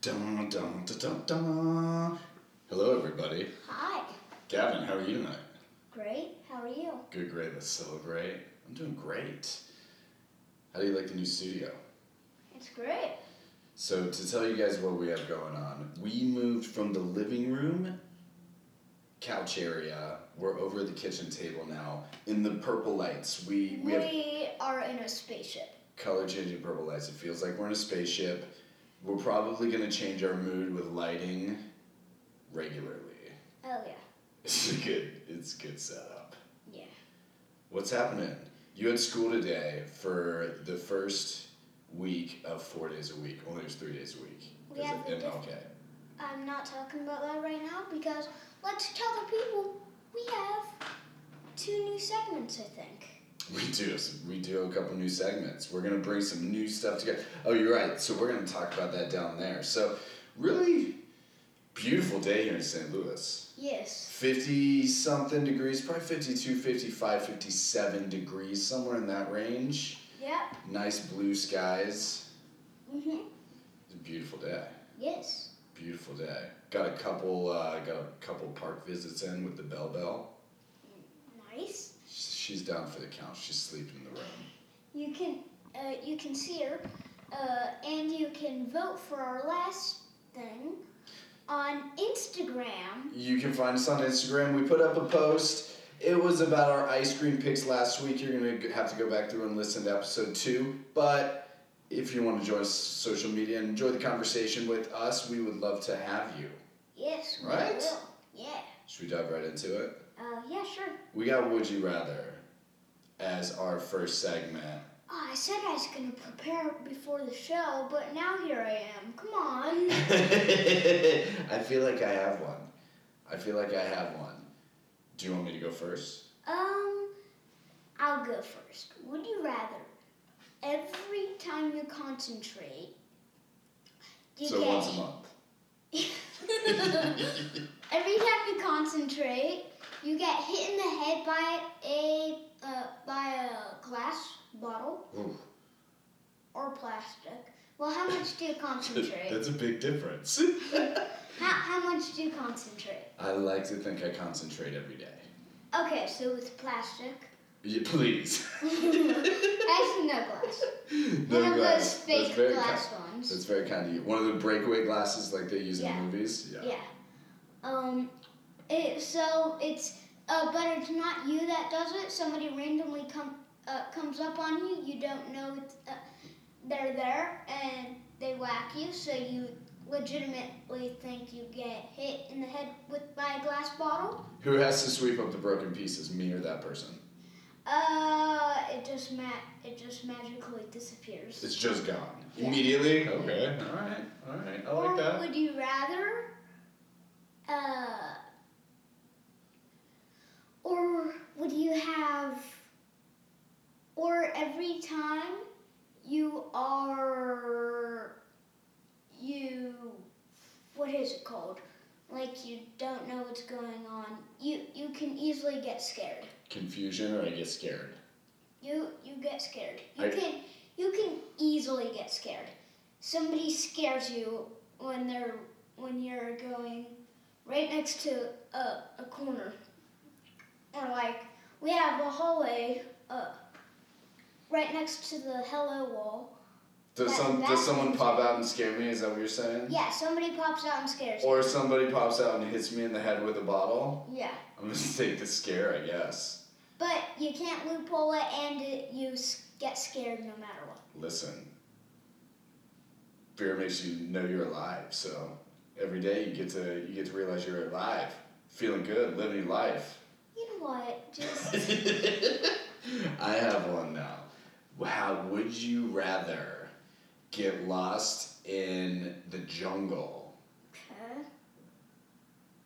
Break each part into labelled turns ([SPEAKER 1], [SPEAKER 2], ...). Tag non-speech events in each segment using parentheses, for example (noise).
[SPEAKER 1] Dun, dun, dun, dun, dun. Hello, everybody.
[SPEAKER 2] Hi.
[SPEAKER 1] Gavin, how are you tonight?
[SPEAKER 2] Great. How are you?
[SPEAKER 1] Good, great. Let's celebrate. I'm doing great. How do you like the new studio?
[SPEAKER 2] It's great.
[SPEAKER 1] So, to tell you guys what we have going on, we moved from the living room couch area. We're over the kitchen table now in the purple lights. We, we
[SPEAKER 2] We
[SPEAKER 1] have
[SPEAKER 2] are in a spaceship.
[SPEAKER 1] color changing purple lights. It feels like we're in a spaceship. We're probably going to change our mood with lighting regularly.
[SPEAKER 2] Oh yeah.
[SPEAKER 1] It's a good, it's a good setup.
[SPEAKER 2] Yeah.
[SPEAKER 1] What's happening? You had school today for the first week of four days a week. Only there's three days a week.
[SPEAKER 2] We
[SPEAKER 1] Because
[SPEAKER 2] have
[SPEAKER 1] of
[SPEAKER 2] a diff-
[SPEAKER 1] MLK.
[SPEAKER 2] I'm not talking about that right now because let's tell the people we have two new segments. I think.
[SPEAKER 1] We do. We do a couple new segments. We're gonna bring some new stuff together. Oh, you're right. So we're gonna talk about that down there. So, really beautiful day here in St. Louis.
[SPEAKER 2] Yes.
[SPEAKER 1] 50 something degrees, probably 52, 55, 57 degrees, somewhere in that range.
[SPEAKER 2] Yep.
[SPEAKER 1] Nice blue skies.
[SPEAKER 2] Mhm.
[SPEAKER 1] It's a beautiful day.
[SPEAKER 2] Yes.
[SPEAKER 1] Beautiful day. Got a couple uh, got a couple park visits in with the Bell Bell.
[SPEAKER 2] Nice.
[SPEAKER 1] She's down for the count. She's sleeping in the room.
[SPEAKER 2] You can uh, you can see her, uh, and you can vote for our last thing on Instagram.
[SPEAKER 1] You can find us on Instagram. We put up a post. It was about our ice cream picks last week. You're going to have to go back through and listen to episode two. But if you want to join us social media and enjoy the conversation with us, we would love to have you.
[SPEAKER 2] Yes. we
[SPEAKER 1] Right.
[SPEAKER 2] will. Yeah.
[SPEAKER 1] Should we dive right into it?
[SPEAKER 2] Uh, yeah. Sure.
[SPEAKER 1] We got Would You Rather as our first segment.
[SPEAKER 2] Oh, I said I was gonna prepare before the show, but now here I am.
[SPEAKER 1] (laughs)
[SPEAKER 2] Come on.
[SPEAKER 1] I feel like I have one. I feel like I have one. Do you want me to go first?
[SPEAKER 2] Um, I'll go first. Would you rather every time you concentrate, you
[SPEAKER 1] so
[SPEAKER 2] get
[SPEAKER 1] once a month.
[SPEAKER 2] (laughs) every time you concentrate, you get hit in the head by a uh, by a glass bottle
[SPEAKER 1] Ooh.
[SPEAKER 2] or plastic. Well, how much
[SPEAKER 1] (laughs)
[SPEAKER 2] do you concentrate?
[SPEAKER 1] That's a big difference.
[SPEAKER 2] how, how much do you concentrate?
[SPEAKER 1] I like to think I concentrate every day.
[SPEAKER 2] Okay, so with
[SPEAKER 1] (laughs)
[SPEAKER 2] plastic.
[SPEAKER 1] Yeah,
[SPEAKER 2] (laughs)
[SPEAKER 1] please. (laughs)
[SPEAKER 2] Actually, no glass.
[SPEAKER 1] no
[SPEAKER 2] One of those
[SPEAKER 1] glass.
[SPEAKER 2] fake
[SPEAKER 1] that's very
[SPEAKER 2] glass
[SPEAKER 1] Ki-
[SPEAKER 2] ones.
[SPEAKER 1] that's very kind of you. One of the breakaway glasses like they use
[SPEAKER 2] Yeah.
[SPEAKER 1] in movies. Yeah.
[SPEAKER 2] yeah. Um. It, so it's uh, but it's not you that does it. Somebody randomly come uh, comes up on you. You don't know it's, uh, they're there, and they whack you. So you legitimately think you get hit in the head with by a glass bottle.
[SPEAKER 1] Who has to sweep up the broken pieces? Me or that person?
[SPEAKER 2] Uh, it just ma- it just magically disappears.
[SPEAKER 1] It's just gone
[SPEAKER 2] Yeah.
[SPEAKER 1] immediately. Okay. All right. All right. I
[SPEAKER 2] or
[SPEAKER 1] like that.
[SPEAKER 2] would you rather? Uh, or would you have? Or every time you are you, what is it called? Like you don't know what's going on. You you can easily get scared.
[SPEAKER 1] Confusion or I get scared.
[SPEAKER 2] You you get scared. You
[SPEAKER 1] I-
[SPEAKER 2] can you can easily get scared. Somebody scares you when they're when you're going right next to a, a corner. Or like we have a hallway uh, right next to the hello wall.
[SPEAKER 1] Does
[SPEAKER 2] That-
[SPEAKER 1] some
[SPEAKER 2] that-
[SPEAKER 1] does someone pop out and scare me? Is that what you're saying?
[SPEAKER 2] Yeah, somebody pops out and scares. you.
[SPEAKER 1] Or somebody pops out and hits me in the head with a bottle?
[SPEAKER 2] Yeah,
[SPEAKER 1] I'm gonna (laughs) take the scare, I guess.
[SPEAKER 2] but you can't loophole it, and it, you s- get scared no matter what.
[SPEAKER 1] Listen. Fear makes you know you're alive, so every day you get to you get to realize you're alive, feeling good, living your life. (laughs)
[SPEAKER 2] You know what? Just
[SPEAKER 1] I have one now. How would you rather get lost in the jungle
[SPEAKER 2] okay.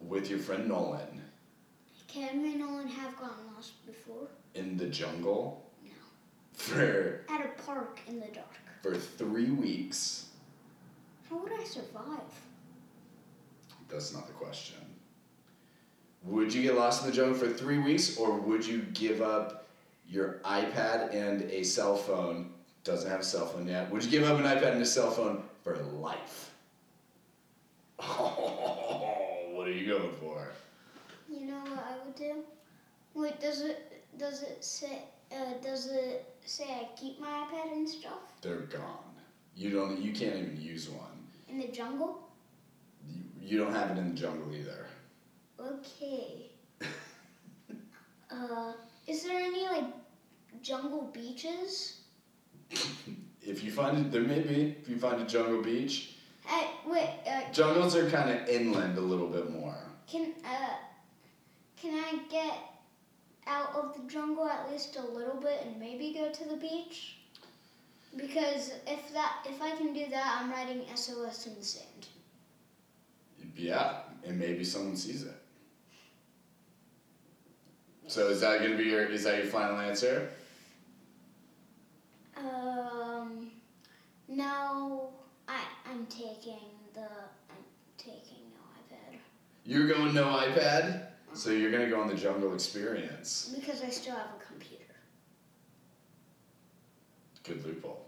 [SPEAKER 1] with your friend Nolan?
[SPEAKER 2] Cam and Nolan have gotten lost before.
[SPEAKER 1] in the jungle
[SPEAKER 2] No.
[SPEAKER 1] for
[SPEAKER 2] at a park in the dark.
[SPEAKER 1] for three weeks.
[SPEAKER 2] How would I survive?
[SPEAKER 1] That's not the question. Would you get lost in the jungle for three weeks, or would you give up your iPad and a cell phone? Doesn't have a cell phone yet. Would you give up an iPad and a cell phone for life? (laughs)
[SPEAKER 3] for.
[SPEAKER 2] You know what I would do? Wait, does it does it say uh, does it say I keep my iPad and stuff
[SPEAKER 1] They're gone. You don't. You can't even use one.
[SPEAKER 2] in the jungle?
[SPEAKER 1] You, you don't have it in the jungle either.
[SPEAKER 2] Okay. uh, is there any like jungle beaches?
[SPEAKER 1] If you find it, there may be. If you find a jungle beach,
[SPEAKER 2] Hey, wait. Uh,
[SPEAKER 1] jungles are kind of inland a little bit more.
[SPEAKER 2] can uh, can I get out of the jungle at least a little bit and maybe go to the beach? Because if that if I can do that, I'm writing SOS in the sand.
[SPEAKER 1] Yeah, and maybe someone sees it. So is that gonna be your? Is that your final answer?
[SPEAKER 2] Um, no, I I'm taking the I'm taking no iPad
[SPEAKER 1] You're going no iPad, so you're gonna go on the jungle experience.
[SPEAKER 2] because I still have a computer.
[SPEAKER 1] Good loophole.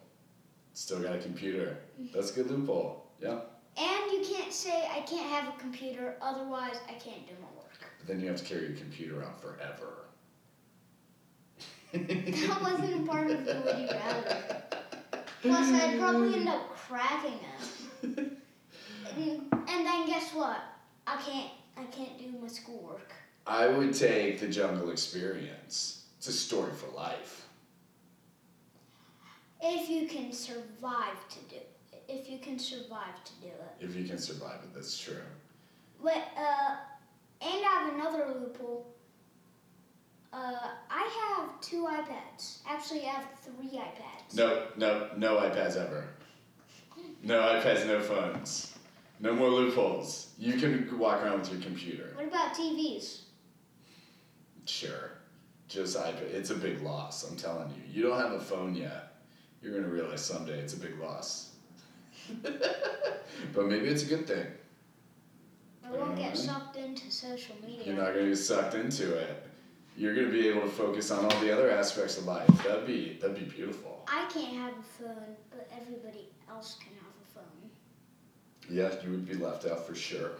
[SPEAKER 1] Still got a computer. That's a good loophole. Yeah.
[SPEAKER 2] And you can't say I can't have a computer, otherwise I can't do my work. (laughs)
[SPEAKER 1] But then you have to carry your computer out forever.
[SPEAKER 2] That wasn't a part of the would you rather. Plus,
[SPEAKER 1] Mm.
[SPEAKER 2] I'd
[SPEAKER 1] (laughs)
[SPEAKER 2] probably end up cracking it. And, and then guess what? I can't I can't do my schoolwork.
[SPEAKER 1] I would take the jungle experience. It's a story for life.
[SPEAKER 2] If you can survive to do if you can survive to do it.
[SPEAKER 1] If you can survive it, that's true.
[SPEAKER 2] Wait, uh, and I have another loophole. Uh, I have two iPads. Actually, I have three iPads.
[SPEAKER 1] No, no, no iPads ever. No iPads, no phones. No more loopholes. You can walk around with your computer.
[SPEAKER 2] What about TVs?
[SPEAKER 1] Sure. Just iPad. It's a big loss, I'm telling you. You don't have a phone yet. You're going to realize someday it's a big loss. (laughs) but maybe it's a good thing.
[SPEAKER 2] I won't
[SPEAKER 1] Mm.
[SPEAKER 2] get sucked into social
[SPEAKER 1] You're
[SPEAKER 2] media.
[SPEAKER 1] not going to get sucked into it. You're going to be able to focus on all the other aspects of life. That'd be that'd be beautiful.
[SPEAKER 2] I can't have a phone, but everybody else can have a phone.
[SPEAKER 1] Yeah, you would be left out for sure.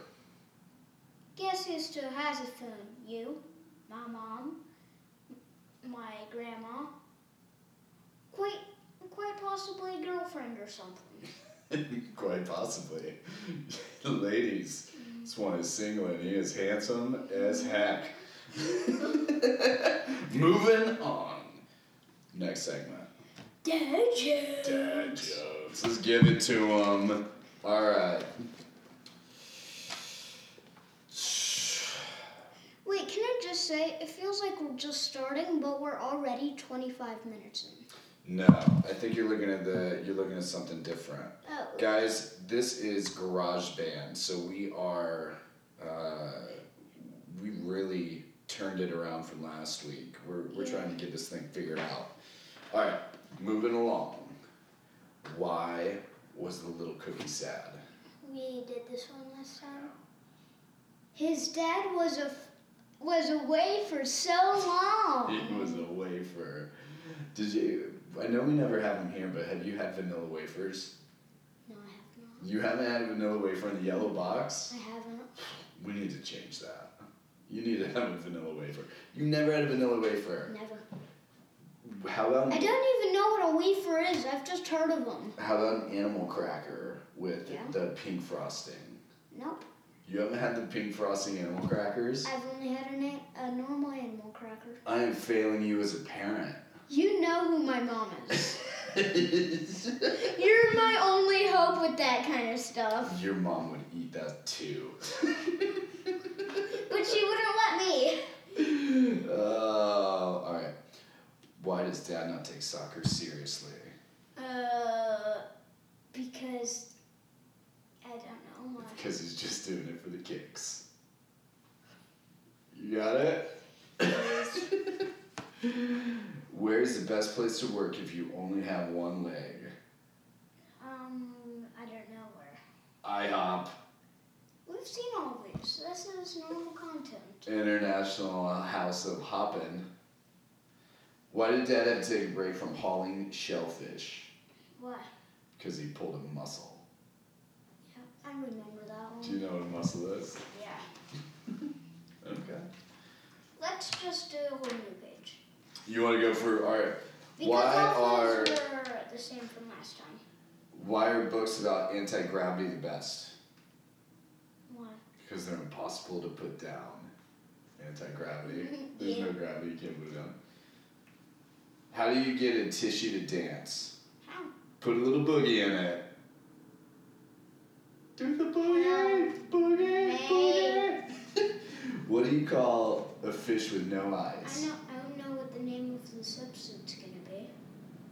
[SPEAKER 1] (laughs)
[SPEAKER 2] Guess who still has a phone? You, my mom, m- my grandma, quite, quite possibly a girlfriend or something.
[SPEAKER 1] Quite possibly. (laughs) Ladies, this one is single and he is handsome as heck. (laughs) Moving on. Next segment.
[SPEAKER 2] Dad jokes.
[SPEAKER 1] Dad jokes. Let's give it to him. Alright.
[SPEAKER 2] Wait, can I just say, it feels like we're just starting, but we're already 25 minutes in.
[SPEAKER 1] No, I think you're looking at the you're looking at something different.
[SPEAKER 2] Oh,
[SPEAKER 1] Guys, this is GarageBand, so we are uh, we really turned it around from last week. We're we're
[SPEAKER 2] Yeah.
[SPEAKER 1] trying to get this thing figured out. All right, moving along. Why was the little cookie sad?
[SPEAKER 2] we did this one last time. His dad was a was away for so
[SPEAKER 1] It
[SPEAKER 2] long.
[SPEAKER 1] was a wafer. Did you? I know we never have them here, but have you had vanilla wafers?
[SPEAKER 2] No, I
[SPEAKER 1] You haven't had a vanilla wafer in the yellow box.
[SPEAKER 2] have not. I haven't.
[SPEAKER 1] We need to change that. You need to have a vanilla wafer. You never had a vanilla wafer.
[SPEAKER 2] Never.
[SPEAKER 1] How about
[SPEAKER 2] I don't even know what a wafer is. I've just heard of them.
[SPEAKER 1] how about an animal cracker with
[SPEAKER 2] Yeah.
[SPEAKER 1] the pink frosting?
[SPEAKER 2] Nope.
[SPEAKER 1] You haven't had the pink frosting animal crackers?
[SPEAKER 2] I've only had a, na- a normal animal cracker.
[SPEAKER 1] I am failing you as a
[SPEAKER 2] (laughs)
[SPEAKER 1] parent.
[SPEAKER 2] You know who my mom is. You're my only hope with that kind of stuff.
[SPEAKER 1] Your mom would eat that
[SPEAKER 2] (laughs)
[SPEAKER 1] too.
[SPEAKER 2] But she wouldn't let me.
[SPEAKER 1] Oh, Uh, all right. Why does dad not take soccer seriously?
[SPEAKER 2] Uh, because I don't know why.
[SPEAKER 1] Because he's just doing it for the kicks. You got it? Where's the best place to work if you only have one leg?
[SPEAKER 2] Um, I don't know where.
[SPEAKER 1] IHOP,
[SPEAKER 2] We've seen all these. This is normal content.
[SPEAKER 1] International House of Hoppin'. Why did Dad have to take a break from hauling shellfish?
[SPEAKER 2] What?
[SPEAKER 1] Because he pulled a muscle.
[SPEAKER 2] Yeah, I remember that
[SPEAKER 1] Do you
[SPEAKER 2] one.
[SPEAKER 1] know what a muscle is?
[SPEAKER 2] Yeah. just do a whole new page.
[SPEAKER 1] You want to go for all right?
[SPEAKER 2] Because
[SPEAKER 1] Why
[SPEAKER 2] all
[SPEAKER 1] are-
[SPEAKER 2] of those were the same from last time.
[SPEAKER 1] Why are books about anti gravity the best?
[SPEAKER 2] Why?
[SPEAKER 1] Because they're impossible to put down. Anti gravity.
[SPEAKER 2] (laughs)
[SPEAKER 1] There's
[SPEAKER 2] Mm-hmm. Yeah.
[SPEAKER 1] no gravity. You can't put it down. How do you get a tissue to dance?
[SPEAKER 2] How?
[SPEAKER 1] Put a little boogie in it. Do the boogie, boogie,
[SPEAKER 2] Hey.
[SPEAKER 1] boogie. (laughs) what do you call a fish with no eyes?
[SPEAKER 2] I know. I don't know what the name of this episode's gonna be.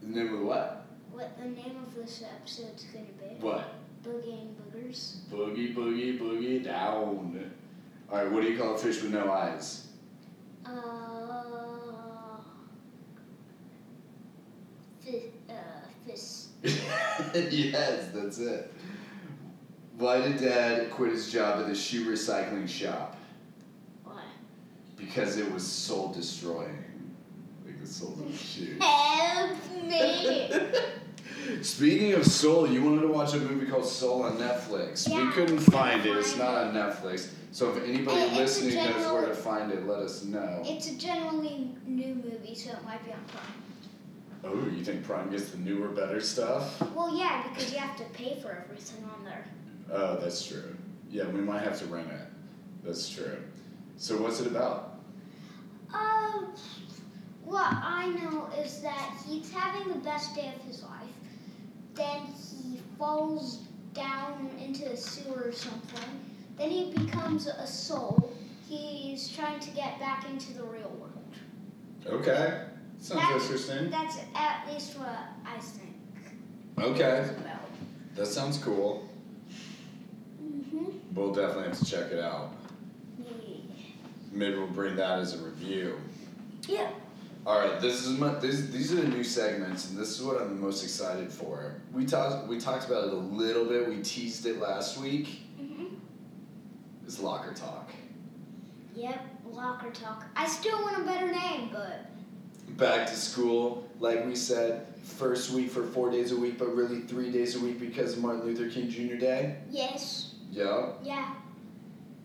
[SPEAKER 1] The name of what?
[SPEAKER 2] What the name of this episode's gonna be?
[SPEAKER 1] What?
[SPEAKER 2] Boogie and boogers.
[SPEAKER 1] Boogie, boogie, boogie down. All right. What do you call a fish with no eyes?
[SPEAKER 2] Uh. Fi- uh, fist.
[SPEAKER 1] (laughs) yes, that's it. Why did Dad quit his job at the shoe recycling shop?
[SPEAKER 2] Why?
[SPEAKER 1] Because it was soul destroying. Like the soul of the
[SPEAKER 2] (laughs)
[SPEAKER 1] shoe.
[SPEAKER 2] Help me!
[SPEAKER 1] (laughs) Speaking of Soul, you wanted to watch a movie called Soul on Netflix. we
[SPEAKER 2] Yeah,
[SPEAKER 1] couldn't
[SPEAKER 2] couldn't
[SPEAKER 1] find it. It's
[SPEAKER 2] find
[SPEAKER 1] not on Netflix. So if anybody
[SPEAKER 2] Hey, it's a
[SPEAKER 1] listening knows
[SPEAKER 2] general-
[SPEAKER 1] where to find it, let us know.
[SPEAKER 2] it's a generally new movie, so it might be on Prime.
[SPEAKER 1] Oh, you think Prime gets the newer, better stuff?
[SPEAKER 2] Well, yeah, because you have to pay for everything on there.
[SPEAKER 1] Oh, that's true. Yeah, we might have to rent it. That's true. So what's it about?
[SPEAKER 2] Um, what I know is that he's having the best day of his life. Then he falls down into a sewer or something. Then he becomes a soul. He's trying to get back into the real world.
[SPEAKER 1] Okay. Sounds
[SPEAKER 2] That's-
[SPEAKER 1] interesting.
[SPEAKER 2] That's at least what I think
[SPEAKER 1] Okay.
[SPEAKER 2] it's about.
[SPEAKER 1] That sounds cool.
[SPEAKER 2] Mm-hmm.
[SPEAKER 1] We'll definitely have to check it out. Maybe we'll bring that as a review.
[SPEAKER 2] Yeah.
[SPEAKER 1] All right, this is my this, these are the new segments, and this is what I'm the most excited for. We talked we talked about it a little bit. We teased it last week.
[SPEAKER 2] hmm
[SPEAKER 1] It's locker talk.
[SPEAKER 2] Yep, locker talk. I still want a better name, but
[SPEAKER 1] Back to school, like we said, first week for four days a week, but really three days a week because of Martin Luther King Jr. Day.
[SPEAKER 2] yes.
[SPEAKER 1] Yeah.
[SPEAKER 2] Yeah.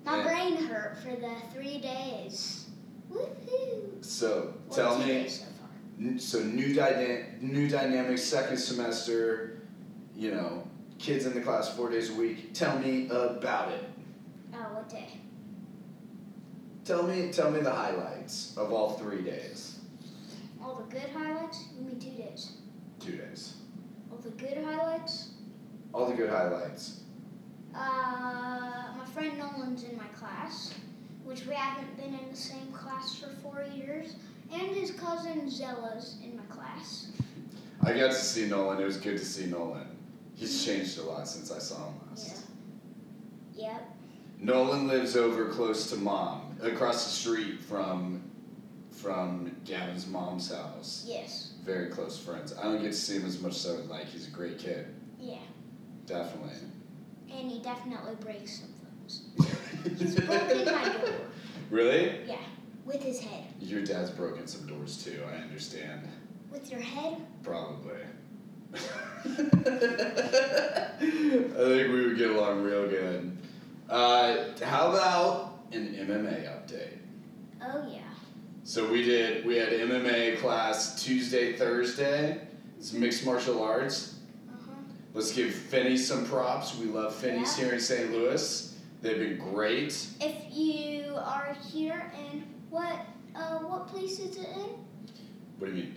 [SPEAKER 2] My
[SPEAKER 1] Yeah.
[SPEAKER 2] brain hurt for the three days. Woohoo!
[SPEAKER 1] So
[SPEAKER 2] Well,
[SPEAKER 1] tell me.
[SPEAKER 2] two days so far.
[SPEAKER 1] N- so new dyna- new dynamic second semester you know kids in the class four days a week tell me about it
[SPEAKER 2] Oh, what day?
[SPEAKER 1] tell me tell me the highlights of all three days
[SPEAKER 2] All the good highlights? You mean two days?
[SPEAKER 1] two days
[SPEAKER 2] All the good highlights?
[SPEAKER 1] all the good highlights
[SPEAKER 2] Uh, my friend Nolan's in my class, which we haven't been in the same class for four years, and his cousin Zella's in my class.
[SPEAKER 1] i got to see nolan it was good to see nolan he's changed a lot since i saw him last
[SPEAKER 2] Yeah. Yep.
[SPEAKER 1] nolan lives over close to mom across the street from from gavin's mom's house
[SPEAKER 2] Yes.
[SPEAKER 1] very close friends i don't get to see him as much so like he's a great kid
[SPEAKER 2] Yeah.
[SPEAKER 1] definitely
[SPEAKER 2] And he definitely breaks some things. He's broken my
[SPEAKER 1] (laughs)
[SPEAKER 2] door. (laughs)
[SPEAKER 1] Really?
[SPEAKER 2] Yeah. With his head.
[SPEAKER 1] Your dad's broken some doors too, I understand.
[SPEAKER 2] With your head?
[SPEAKER 1] Probably. (laughs) I think we would get along real good. Uh, how about an MMA update?
[SPEAKER 2] Oh yeah.
[SPEAKER 1] So we did, we had MMA class Tuesday, Thursday. It's mixed martial arts.
[SPEAKER 2] Uh-huh.
[SPEAKER 1] Let's give Finney some props. We love Finney's
[SPEAKER 2] Yeah.
[SPEAKER 1] here in St. Louis. They've been great.
[SPEAKER 2] If you are here and what uh what place is it in?
[SPEAKER 1] What do you mean?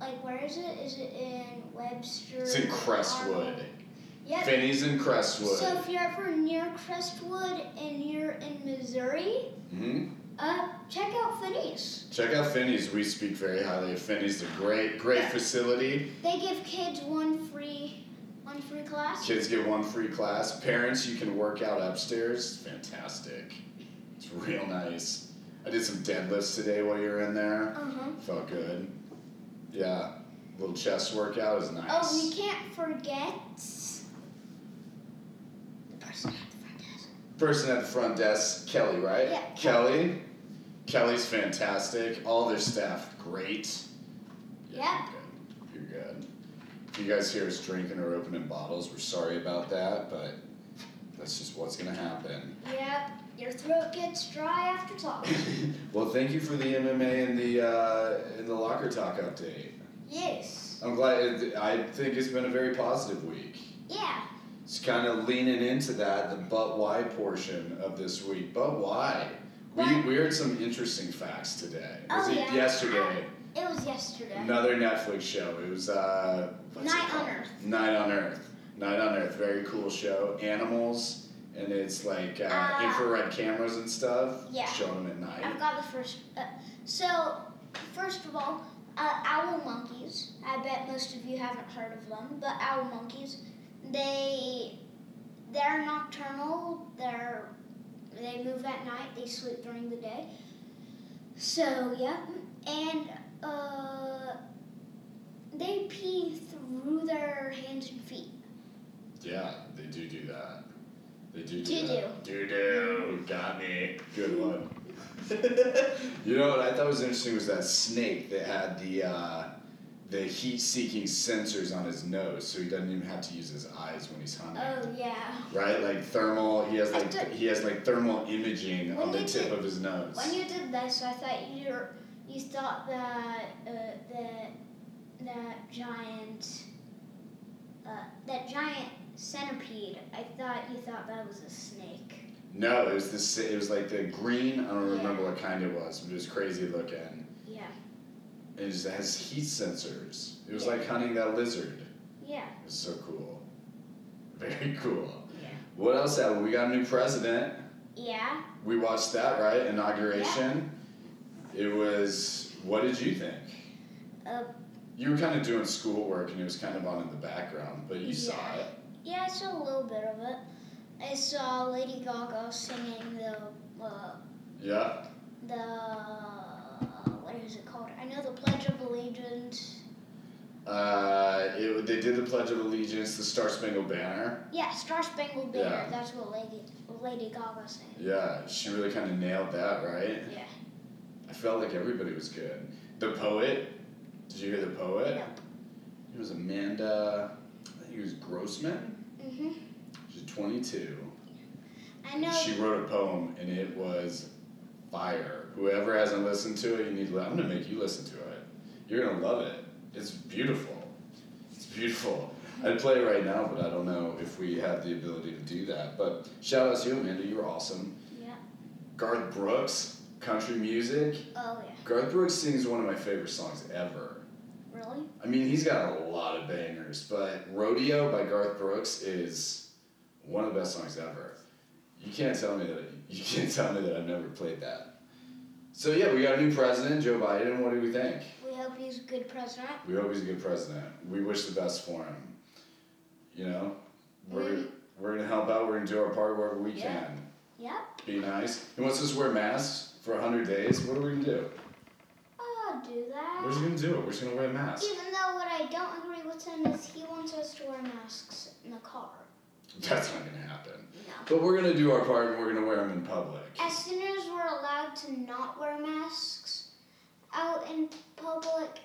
[SPEAKER 2] Like where is it? Is it in Webster?
[SPEAKER 1] It's in Crestwood.
[SPEAKER 2] Arnold? Yep.
[SPEAKER 1] Finney's in Crestwood.
[SPEAKER 2] So if you're ever near Crestwood and you're in Missouri,
[SPEAKER 1] hmm
[SPEAKER 2] uh check out Finney's.
[SPEAKER 1] Check out Finney's. We speak very highly of Finney's. They're great, great
[SPEAKER 2] Yeah.
[SPEAKER 1] facility.
[SPEAKER 2] They give kids one free one free class.
[SPEAKER 1] Kids get one free class. Parents, you can work out upstairs. Fantastic. It's real nice. I did some deadlifts today while you were in there.
[SPEAKER 2] Uh-huh.
[SPEAKER 1] Felt good. Yeah. Little chest workout is nice.
[SPEAKER 2] Oh, we can't forget the person at the front desk.
[SPEAKER 1] Person at the front desk, Kelly, right?
[SPEAKER 2] Yeah.
[SPEAKER 1] Kelly. Kelly's fantastic. All their staff, great. You're good. You're good. If you guys hear us drinking or opening bottles, we're sorry about that, but That's just what's gonna happen.
[SPEAKER 2] (laughs) Yep, your throat gets dry after talking.
[SPEAKER 1] well, thank you for the MMA and the uh, and the locker talk update.
[SPEAKER 2] yes.
[SPEAKER 1] I'm glad. It, I think it's been a very positive week.
[SPEAKER 2] Yeah.
[SPEAKER 1] It's kind of leaning into that the but why portion of this week. But why? We
[SPEAKER 2] Why?
[SPEAKER 1] we heard some interesting facts today. Was
[SPEAKER 2] Oh,
[SPEAKER 1] it
[SPEAKER 2] yeah.
[SPEAKER 1] yesterday?
[SPEAKER 2] It was yesterday.
[SPEAKER 1] Another Netflix show. It was uh, what's it
[SPEAKER 2] Night on
[SPEAKER 1] called?
[SPEAKER 2] Earth.
[SPEAKER 1] Night on Earth. Night on Earth. Very cool show. Animals and it's like uh,
[SPEAKER 2] Ah.
[SPEAKER 1] infrared cameras and stuff.
[SPEAKER 2] Yeah.
[SPEAKER 1] Showing them at night.
[SPEAKER 2] I've got the first. Uh, so, first of all, uh, owl monkeys. I bet most of you haven't heard of them, but owl monkeys, they they're nocturnal. They're they move at night. They sleep during the day. So yeah, and uh, they pee through their hands and feet.
[SPEAKER 1] Yeah, they do do that. They do do
[SPEAKER 2] Do
[SPEAKER 1] that. Do do. Got me. Good one. (laughs) you know what I thought was interesting was that snake that had the uh, the heat seeking sensors on his nose, so he doesn't even have to use his eyes when he's hunting.
[SPEAKER 2] Oh yeah.
[SPEAKER 1] Right, like thermal. He has
[SPEAKER 2] I
[SPEAKER 1] like
[SPEAKER 2] did-
[SPEAKER 1] he has like thermal imaging
[SPEAKER 2] When
[SPEAKER 1] on the
[SPEAKER 2] you
[SPEAKER 1] tip
[SPEAKER 2] did-
[SPEAKER 1] of his nose.
[SPEAKER 2] When you did this, I thought you were, you thought that uh, that that giant uh, that giant centipede. I thought you thought that was a snake.
[SPEAKER 1] no, it was this. It was like the green. I don't
[SPEAKER 2] Yeah.
[SPEAKER 1] remember what kind it was, but it was crazy looking.
[SPEAKER 2] Yeah.
[SPEAKER 1] It just has heat sensors. It was
[SPEAKER 2] Yeah.
[SPEAKER 1] like hunting that lizard.
[SPEAKER 2] Yeah.
[SPEAKER 1] It's so cool. Very cool.
[SPEAKER 2] Yeah.
[SPEAKER 1] What else happened? We got a new president.
[SPEAKER 2] Yeah.
[SPEAKER 1] We watched that, right? Inauguration. It was. What did you think?
[SPEAKER 2] Uh,
[SPEAKER 1] You were kind of doing schoolwork and it was kind of on in the background, but you saw
[SPEAKER 2] Yeah.
[SPEAKER 1] it.
[SPEAKER 2] yeah. I saw a little bit of it. I saw Lady Gaga singing the uh,
[SPEAKER 1] Yeah.
[SPEAKER 2] the what is it called? I know the Pledge of Allegiance.
[SPEAKER 1] Uh, it, they did the Pledge of Allegiance, the Star Spangled Banner.
[SPEAKER 2] Yeah, Star Spangled Banner.
[SPEAKER 1] Yeah.
[SPEAKER 2] That's what Lady Lady Gaga sang.
[SPEAKER 1] Yeah, she really kind of nailed that, right?
[SPEAKER 2] Yeah.
[SPEAKER 1] I felt like everybody was good. The poet. Did you hear the poet?
[SPEAKER 2] Yep.
[SPEAKER 1] It was Amanda. I think it was Grossman.
[SPEAKER 2] hmm
[SPEAKER 1] She's 22.
[SPEAKER 2] I know.
[SPEAKER 1] She wrote a poem and it was fire. Whoever hasn't listened to it, you need to. I'm gonna make you listen to it. You're gonna love it. It's beautiful. It's beautiful. I'd play it right now, but I don't know if we have the ability to do that. But shout out to you, Amanda. You were awesome.
[SPEAKER 2] yeah.
[SPEAKER 1] Garth Brooks, country music.
[SPEAKER 2] Oh yeah.
[SPEAKER 1] Garth Brooks sings one of my favorite songs ever.
[SPEAKER 2] Really?
[SPEAKER 1] I mean, he's got a lot of bangers, but Rodeo by Garth Brooks is one of the best songs ever. You can't tell me that you can't tell me that I've never played that. So yeah, we got a new president, Joe Biden. What do we think?
[SPEAKER 2] We hope he's a good president.
[SPEAKER 1] We hope he's a good president. We wish the best for him. You know, we're
[SPEAKER 2] Mm.
[SPEAKER 1] we're gonna help out. We're gonna do our part wherever we
[SPEAKER 2] Yeah.
[SPEAKER 1] can.
[SPEAKER 2] Yep.
[SPEAKER 1] Be nice. He wants us to wear masks for hundred days. What are we gonna do?
[SPEAKER 2] I'll do that.
[SPEAKER 1] We're just gonna do it. We're just gonna wear masks.
[SPEAKER 2] Even though what I don't agree with him is he wants us to wear masks in the car.
[SPEAKER 1] That's not gonna happen.
[SPEAKER 2] No.
[SPEAKER 1] But we're gonna do our part and we're gonna wear them in public.
[SPEAKER 2] As soon as we're allowed to not wear masks out in public,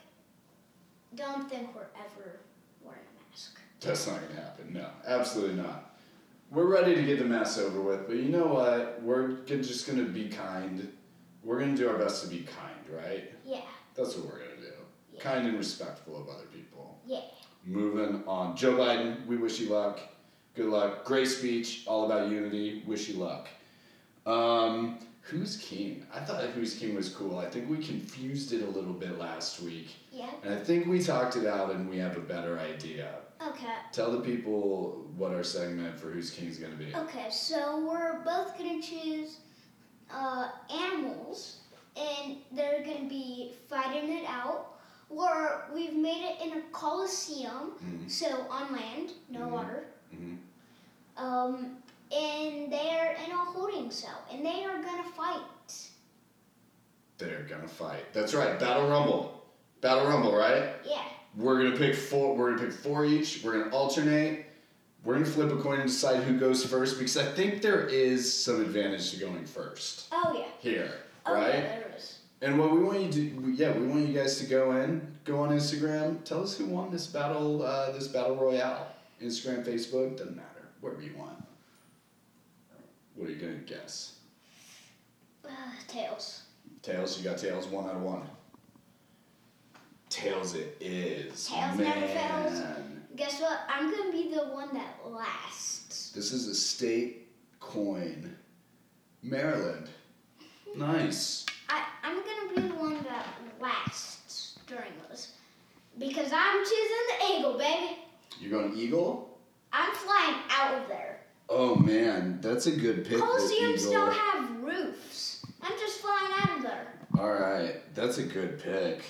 [SPEAKER 2] don't think we're ever wearing a mask.
[SPEAKER 1] That's not gonna happen. No, absolutely not. We're ready to get the mess over with, but you know what? We're g- just gonna be kind. We're gonna do our best to be kind, right?
[SPEAKER 2] Yeah.
[SPEAKER 1] That's what we're gonna do.
[SPEAKER 2] Yeah.
[SPEAKER 1] Kind and respectful of other people.
[SPEAKER 2] Yeah.
[SPEAKER 1] Moving on. Joe Biden, we wish you luck. Good luck. Great speech, all about unity. Wish you luck. Um, Who's King? I thought that Who's King was cool. I think we confused it a little bit last week.
[SPEAKER 2] Yeah.
[SPEAKER 1] And I think we talked it out and we have a better idea.
[SPEAKER 2] Okay.
[SPEAKER 1] Tell the people what our segment for Who's King is going to be.
[SPEAKER 2] Okay, so we're both gonna choose uh, animals, and they're gonna be fighting it out. Or we've made it in a coliseum,
[SPEAKER 1] Mhm.
[SPEAKER 2] so on land, no
[SPEAKER 1] Mhm.
[SPEAKER 2] water.
[SPEAKER 1] Mhm.
[SPEAKER 2] Um, and they're in a holding cell, and they are gonna fight.
[SPEAKER 1] They're going to fight. That's right, Battle Rumble. Battle Rumble, right?
[SPEAKER 2] Yeah,
[SPEAKER 1] We're going to pick four we're going to pick four each. We're going to alternate. We're going to flip a coin and decide who goes first because I think there is some advantage to going first
[SPEAKER 2] oh yeah,
[SPEAKER 1] here,
[SPEAKER 2] oh
[SPEAKER 1] right?
[SPEAKER 2] yeah, there is.
[SPEAKER 1] And what we want you to, we- yeah, we want you guys to go in, go on Instagram, tell us who won this battle, uh, this battle royale. Instagram, Facebook, doesn't matter, wherever you want. What are you gonna guess?
[SPEAKER 2] Uh, tails.
[SPEAKER 1] Tails, you got tails one out of one. Tails it is. Man.
[SPEAKER 2] Tails never fails. Guess what? I'm gonna be the one that lasts.
[SPEAKER 1] This is a state coin. Maryland. Nice.
[SPEAKER 2] I, I'm gonna be the one that lasts during this. Because I'm choosing the eagle, baby.
[SPEAKER 1] You're going eagle?
[SPEAKER 2] I'm flying out of there.
[SPEAKER 1] Oh man, that's a good pick. the
[SPEAKER 2] Colosseums
[SPEAKER 1] eagle.
[SPEAKER 2] don't have roofs. I'm just flying out of there.
[SPEAKER 1] All right, that's a good pick.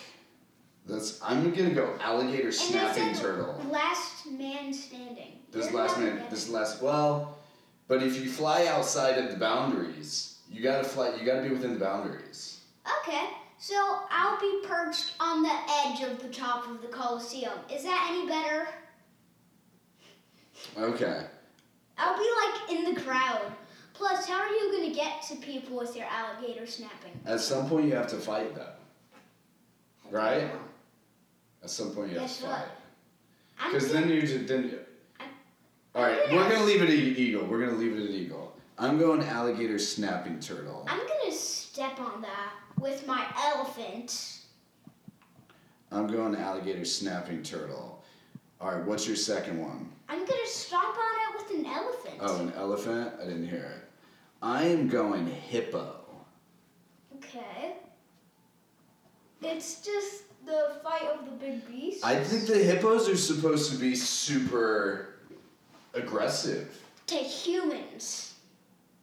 [SPEAKER 1] That's I'm gonna go alligator snapping
[SPEAKER 2] and they said
[SPEAKER 1] turtle.
[SPEAKER 2] Last man standing.
[SPEAKER 1] This
[SPEAKER 2] They're
[SPEAKER 1] last
[SPEAKER 2] not
[SPEAKER 1] minute,
[SPEAKER 2] getting
[SPEAKER 1] this
[SPEAKER 2] it.
[SPEAKER 1] last well, but if you fly outside of the boundaries, you gotta fly. You gotta be within the boundaries.
[SPEAKER 2] Okay, so I'll be perched on the edge of the top of the Colosseum. Is that any better?
[SPEAKER 1] Okay.
[SPEAKER 2] I'll be like in the crowd. Plus, how are you gonna get to people with your alligator snapping?
[SPEAKER 1] At some point, you have to fight though. Right? At some point, you have
[SPEAKER 2] Guess
[SPEAKER 1] to
[SPEAKER 2] what?
[SPEAKER 1] fight.
[SPEAKER 2] I'm
[SPEAKER 1] Because
[SPEAKER 2] gonna-
[SPEAKER 1] then you just then. You,
[SPEAKER 2] I'm-
[SPEAKER 1] all right,
[SPEAKER 2] I'm
[SPEAKER 1] we're
[SPEAKER 2] gonna-
[SPEAKER 1] gonna leave it at e-, eagle. We're gonna leave it at eagle. I'm going alligator snapping turtle.
[SPEAKER 2] I'm gonna step on that with my elephant.
[SPEAKER 1] I'm going alligator snapping turtle. All right, what's your second one?
[SPEAKER 2] I'm gonna stomp on it with an elephant.
[SPEAKER 1] Oh, an elephant? I didn't hear it. I am going hippo.
[SPEAKER 2] Okay. It's just the fight of the big beast.
[SPEAKER 1] I think the hippos are supposed to be super aggressive.
[SPEAKER 2] to humans.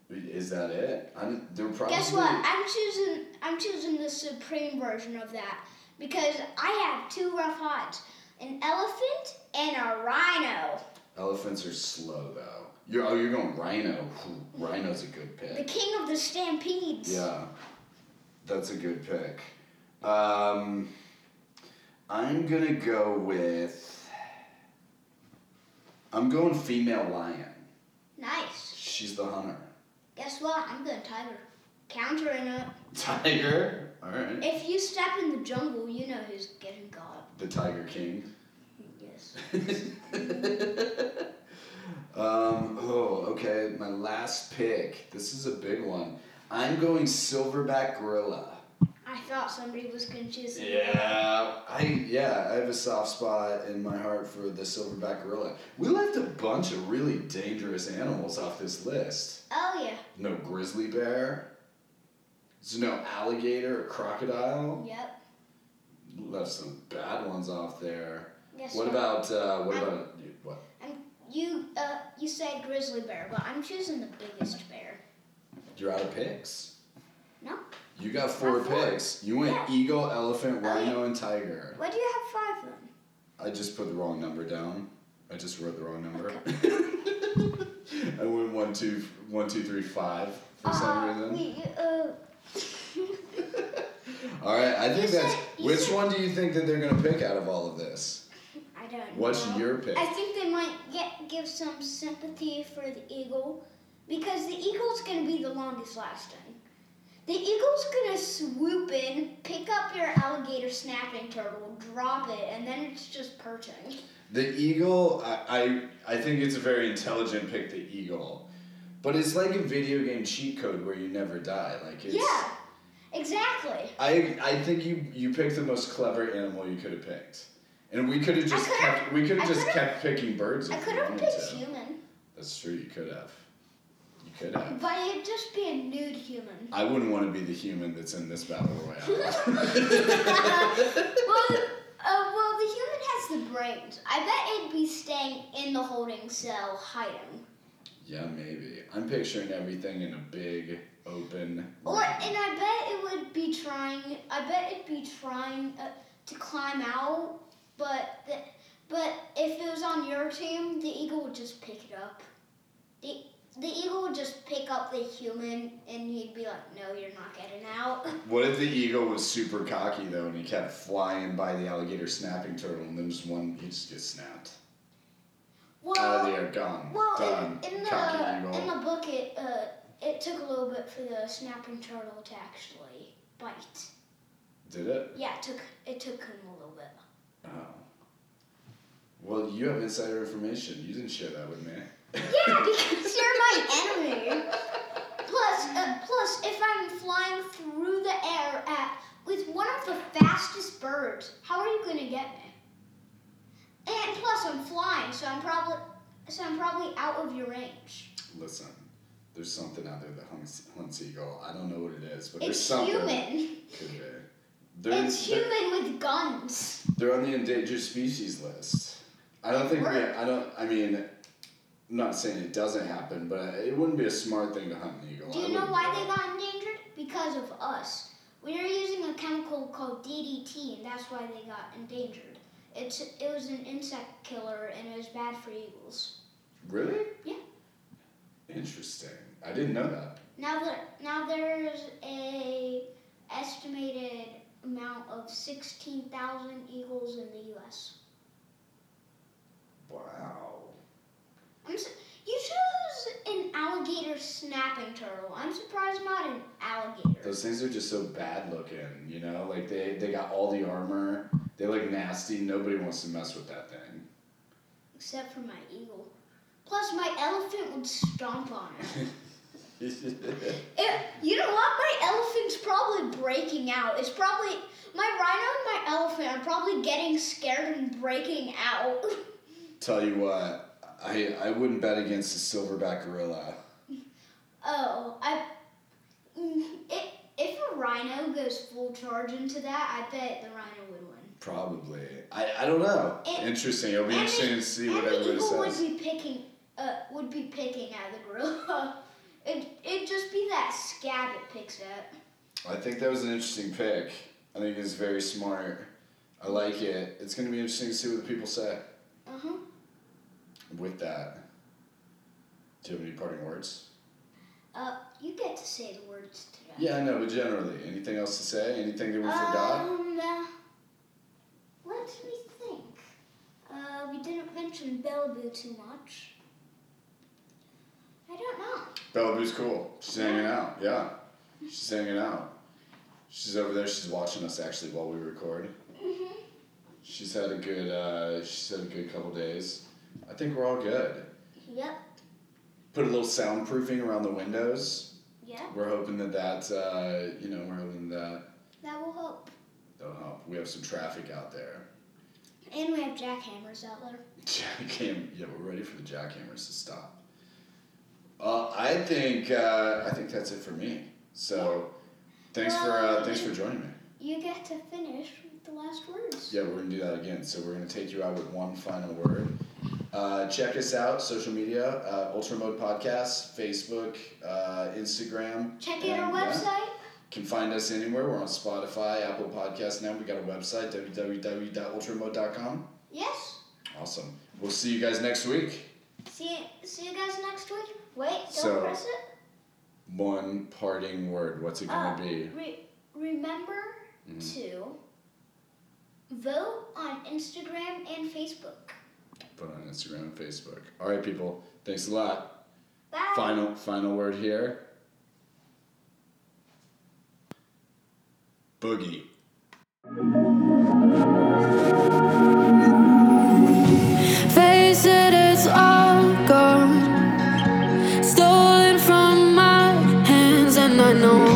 [SPEAKER 1] Is that it? I'm, they're probably.
[SPEAKER 2] Guess what? I'm choosing. I'm choosing the supreme version of that because I have two rough odds: an elephant and a rhino.
[SPEAKER 1] Elephants are slow though. You're oh, you're going rhino. Ooh, Rhino's a good
[SPEAKER 2] The
[SPEAKER 1] pick.
[SPEAKER 2] king of the stampedes.
[SPEAKER 1] Yeah, that's a good pick. Um, I'm gonna go with. I'm going female lion.
[SPEAKER 2] Nice.
[SPEAKER 1] She's the hunter. (laughs)
[SPEAKER 2] Guess what? I'm the tiger. Countering it.
[SPEAKER 1] Tiger. All right.
[SPEAKER 2] If you step in the jungle, you know who's getting caught.
[SPEAKER 1] The Tiger King. (laughs)
[SPEAKER 2] Yes.
[SPEAKER 1] um, oh, okay. My last pick. This is a big one. I'm going silverback gorilla.
[SPEAKER 2] I thought somebody was gonna choose. it.
[SPEAKER 1] Yeah. I yeah. I have a soft spot in my heart for the silverback gorilla. We left a bunch of really dangerous animals off this list.
[SPEAKER 2] Oh yeah.
[SPEAKER 1] No grizzly bear. There's no alligator or crocodile.
[SPEAKER 2] Yep.
[SPEAKER 1] Left some bad ones off there.
[SPEAKER 2] Guess
[SPEAKER 1] What about uh, what
[SPEAKER 2] I'm-
[SPEAKER 1] about what?
[SPEAKER 2] You uh you said grizzly bear, but I'm choosing the biggest bear.
[SPEAKER 1] You're out of picks.
[SPEAKER 2] No.
[SPEAKER 1] You got four
[SPEAKER 2] I'm four.
[SPEAKER 1] picks. You went
[SPEAKER 2] Yeah.
[SPEAKER 1] eagle, elephant,
[SPEAKER 2] Oh, yeah.
[SPEAKER 1] rhino, and tiger.
[SPEAKER 2] Why do you have five then?
[SPEAKER 1] I just put the wrong number down. I just wrote the wrong number. (laughs) I went one, two, one, two, three, five for some
[SPEAKER 2] Uh,
[SPEAKER 1] reason.
[SPEAKER 2] we, uh,
[SPEAKER 1] (laughs) All right, I think
[SPEAKER 2] You
[SPEAKER 1] that's.
[SPEAKER 2] said- you
[SPEAKER 1] Which
[SPEAKER 2] said-
[SPEAKER 1] one do you think that they're gonna pick out of all of this?
[SPEAKER 2] (laughs) I don't
[SPEAKER 1] What's
[SPEAKER 2] know.
[SPEAKER 1] your pick?
[SPEAKER 2] I think they might get give some sympathy for the eagle because the eagle's gonna be the longest lasting. The eagle's gonna swoop in, pick up your alligator snapping turtle, drop it, and then it's just perching.
[SPEAKER 1] The eagle. I, I I think it's a very intelligent pick. The eagle, but it's like a video game cheat code where you never die. Like it's.
[SPEAKER 2] yeah, exactly.
[SPEAKER 1] I I think you you picked the most clever animal you could have picked, and we could have just
[SPEAKER 2] could've-
[SPEAKER 1] kept we could
[SPEAKER 2] I
[SPEAKER 1] have just
[SPEAKER 2] could've-
[SPEAKER 1] kept picking birds. If
[SPEAKER 2] I could
[SPEAKER 1] we
[SPEAKER 2] have
[SPEAKER 1] wanted
[SPEAKER 2] picked
[SPEAKER 1] to.
[SPEAKER 2] human,
[SPEAKER 1] That's true. You could have. You could have.
[SPEAKER 2] but it'd just be a nude human.
[SPEAKER 1] I wouldn't want to be the human that's in this battle
[SPEAKER 2] (laughs)
[SPEAKER 1] royale. (laughs)
[SPEAKER 2] well, the- uh, well, the human has the brains. I bet it'd be staying in the holding cell, hiding,
[SPEAKER 1] yeah, maybe. I'm picturing everything in a big open.
[SPEAKER 2] or
[SPEAKER 1] room.
[SPEAKER 2] and I bet it would be trying. I bet it'd be trying uh, to climb out, but the, but if it was on your team, the eagle would just pick it up. the The eagle would just pick up the human, and he'd be like, "No, you're not getting out." (laughs)
[SPEAKER 1] What if the eagle was super cocky though, and he kept flying by the alligator snapping turtle, and then just one he just gets snapped out
[SPEAKER 2] Well,
[SPEAKER 1] of the air, gone,
[SPEAKER 2] Well,
[SPEAKER 1] done,
[SPEAKER 2] in, in
[SPEAKER 1] cocky
[SPEAKER 2] the
[SPEAKER 1] eagle.
[SPEAKER 2] in the book, it uh, it took a little bit for the snapping turtle to actually bite.
[SPEAKER 1] Did it?
[SPEAKER 2] Yeah, it took it took him a little bit.
[SPEAKER 1] Oh. Well, you have insider information. You didn't share that with me.
[SPEAKER 2] Yeah, because you're my enemy. uh, fastest bird. How are you gonna get me? And plus, I'm flying, so I'm probably so I'm probably out of your range.
[SPEAKER 1] Listen, there's something out there that hunts, hunts eagle. I don't know what it is, but there's
[SPEAKER 2] It's
[SPEAKER 1] something.
[SPEAKER 2] human.
[SPEAKER 1] Could be. They're,
[SPEAKER 2] It's
[SPEAKER 1] they're-
[SPEAKER 2] human with guns.
[SPEAKER 1] They're on the endangered species list. I don't think we. I don't. I mean, I'm not saying it doesn't happen, but it wouldn't be a smart thing to hunt an eagle.
[SPEAKER 2] Do
[SPEAKER 1] I
[SPEAKER 2] you know
[SPEAKER 1] wouldn't
[SPEAKER 2] why
[SPEAKER 1] do
[SPEAKER 2] they
[SPEAKER 1] it.
[SPEAKER 2] got endangered? Because of us. We were using a chemical called DDT, and that's why they got endangered. It's it was an insect killer, and it was bad for eagles.
[SPEAKER 1] Really?
[SPEAKER 2] Yeah.
[SPEAKER 1] Interesting. I didn't know that.
[SPEAKER 2] Now there now there's a estimated amount of sixteen thousand eagles in the U.S.
[SPEAKER 1] Wow.
[SPEAKER 2] I'm su- you chose an alligator snapping turtle. I'm surprised not an alligator.
[SPEAKER 1] Those things are just so bad looking. You know, like they they got all the armor. They look nasty. Nobody wants to mess with that thing.
[SPEAKER 2] Except for my eagle. Plus, my elephant would stomp on it. It, Eh, you know what? My elephant's probably breaking out. It's probably my rhino and my elephant are probably getting scared and breaking out. (laughs)
[SPEAKER 1] Tell you what, I I wouldn't bet against a silverback gorilla.
[SPEAKER 2] oh, I. mm, It, if a rhino goes full charge into that, I bet the rhino would win.
[SPEAKER 1] Probably. I, I don't know.
[SPEAKER 2] And-
[SPEAKER 1] interesting. It'll be
[SPEAKER 2] and
[SPEAKER 1] interesting
[SPEAKER 2] the-
[SPEAKER 1] to see
[SPEAKER 2] and
[SPEAKER 1] what
[SPEAKER 2] the
[SPEAKER 1] everybody
[SPEAKER 2] eagle
[SPEAKER 1] says.
[SPEAKER 2] would be picking. Uh, would be picking at the gorilla. (laughs) It it'd just be that scab it picks up.
[SPEAKER 1] I think that was an interesting pick. I think it's very smart. I like it. It's going to be interesting to see what the people say
[SPEAKER 2] Uh huh.
[SPEAKER 1] with that. Do you have any parting words?
[SPEAKER 2] Uh, you get to say the words today.
[SPEAKER 1] Yeah, I know, but generally, anything else to say? Anything that we forgot?
[SPEAKER 2] Um, uh, let me think. Uh, we didn't mention Bellevue too much. I don't know.
[SPEAKER 1] Bellevue's cool. She's hanging out. Yeah. She's hanging out. She's over there. She's watching us actually while we record.
[SPEAKER 2] Mm-hmm.
[SPEAKER 1] She's had a good. Uh, she's had a good couple days. I think we're all good.
[SPEAKER 2] Yep,
[SPEAKER 1] put a little soundproofing around the windows.
[SPEAKER 2] yep.
[SPEAKER 1] We're hoping that that uh, you know we're hoping that
[SPEAKER 2] That will help.
[SPEAKER 1] that'll help. We have some traffic out there.
[SPEAKER 2] And we have jackhammers out there.
[SPEAKER 1] Jackham, yeah, we're ready for the jackhammers to stop. Uh, I think uh, I think that's it for me. So thanks for uh, thanks for joining me.
[SPEAKER 2] You get to finish with the last words.
[SPEAKER 1] Yeah, we're gonna do that again. So we're gonna take you out with one final word. Uh, check us out, social media, uh, Ultra Mode Podcast, Facebook, uh, Instagram.
[SPEAKER 2] Check out our
[SPEAKER 1] And, uh, yeah.
[SPEAKER 2] website.
[SPEAKER 1] can find us anywhere. We're on Spotify, Apple Podcasts now. We got a website, www.ultramode.com.
[SPEAKER 2] Yes.
[SPEAKER 1] Awesome. We'll see you guys next week.
[SPEAKER 2] See, see you guys next week. Wait, don't
[SPEAKER 1] So-
[SPEAKER 2] press it.
[SPEAKER 1] One parting word. What's it going to
[SPEAKER 2] Uh,
[SPEAKER 1] be?
[SPEAKER 2] Re- remember
[SPEAKER 1] Mhm.
[SPEAKER 2] to vote on Instagram and Facebook.
[SPEAKER 1] Put on Instagram and Facebook. All right, people. Thanks a lot.
[SPEAKER 2] Bye.
[SPEAKER 1] Final, final word here. Boogie.
[SPEAKER 3] Face it, it's all gone. Stolen from my hands, and I know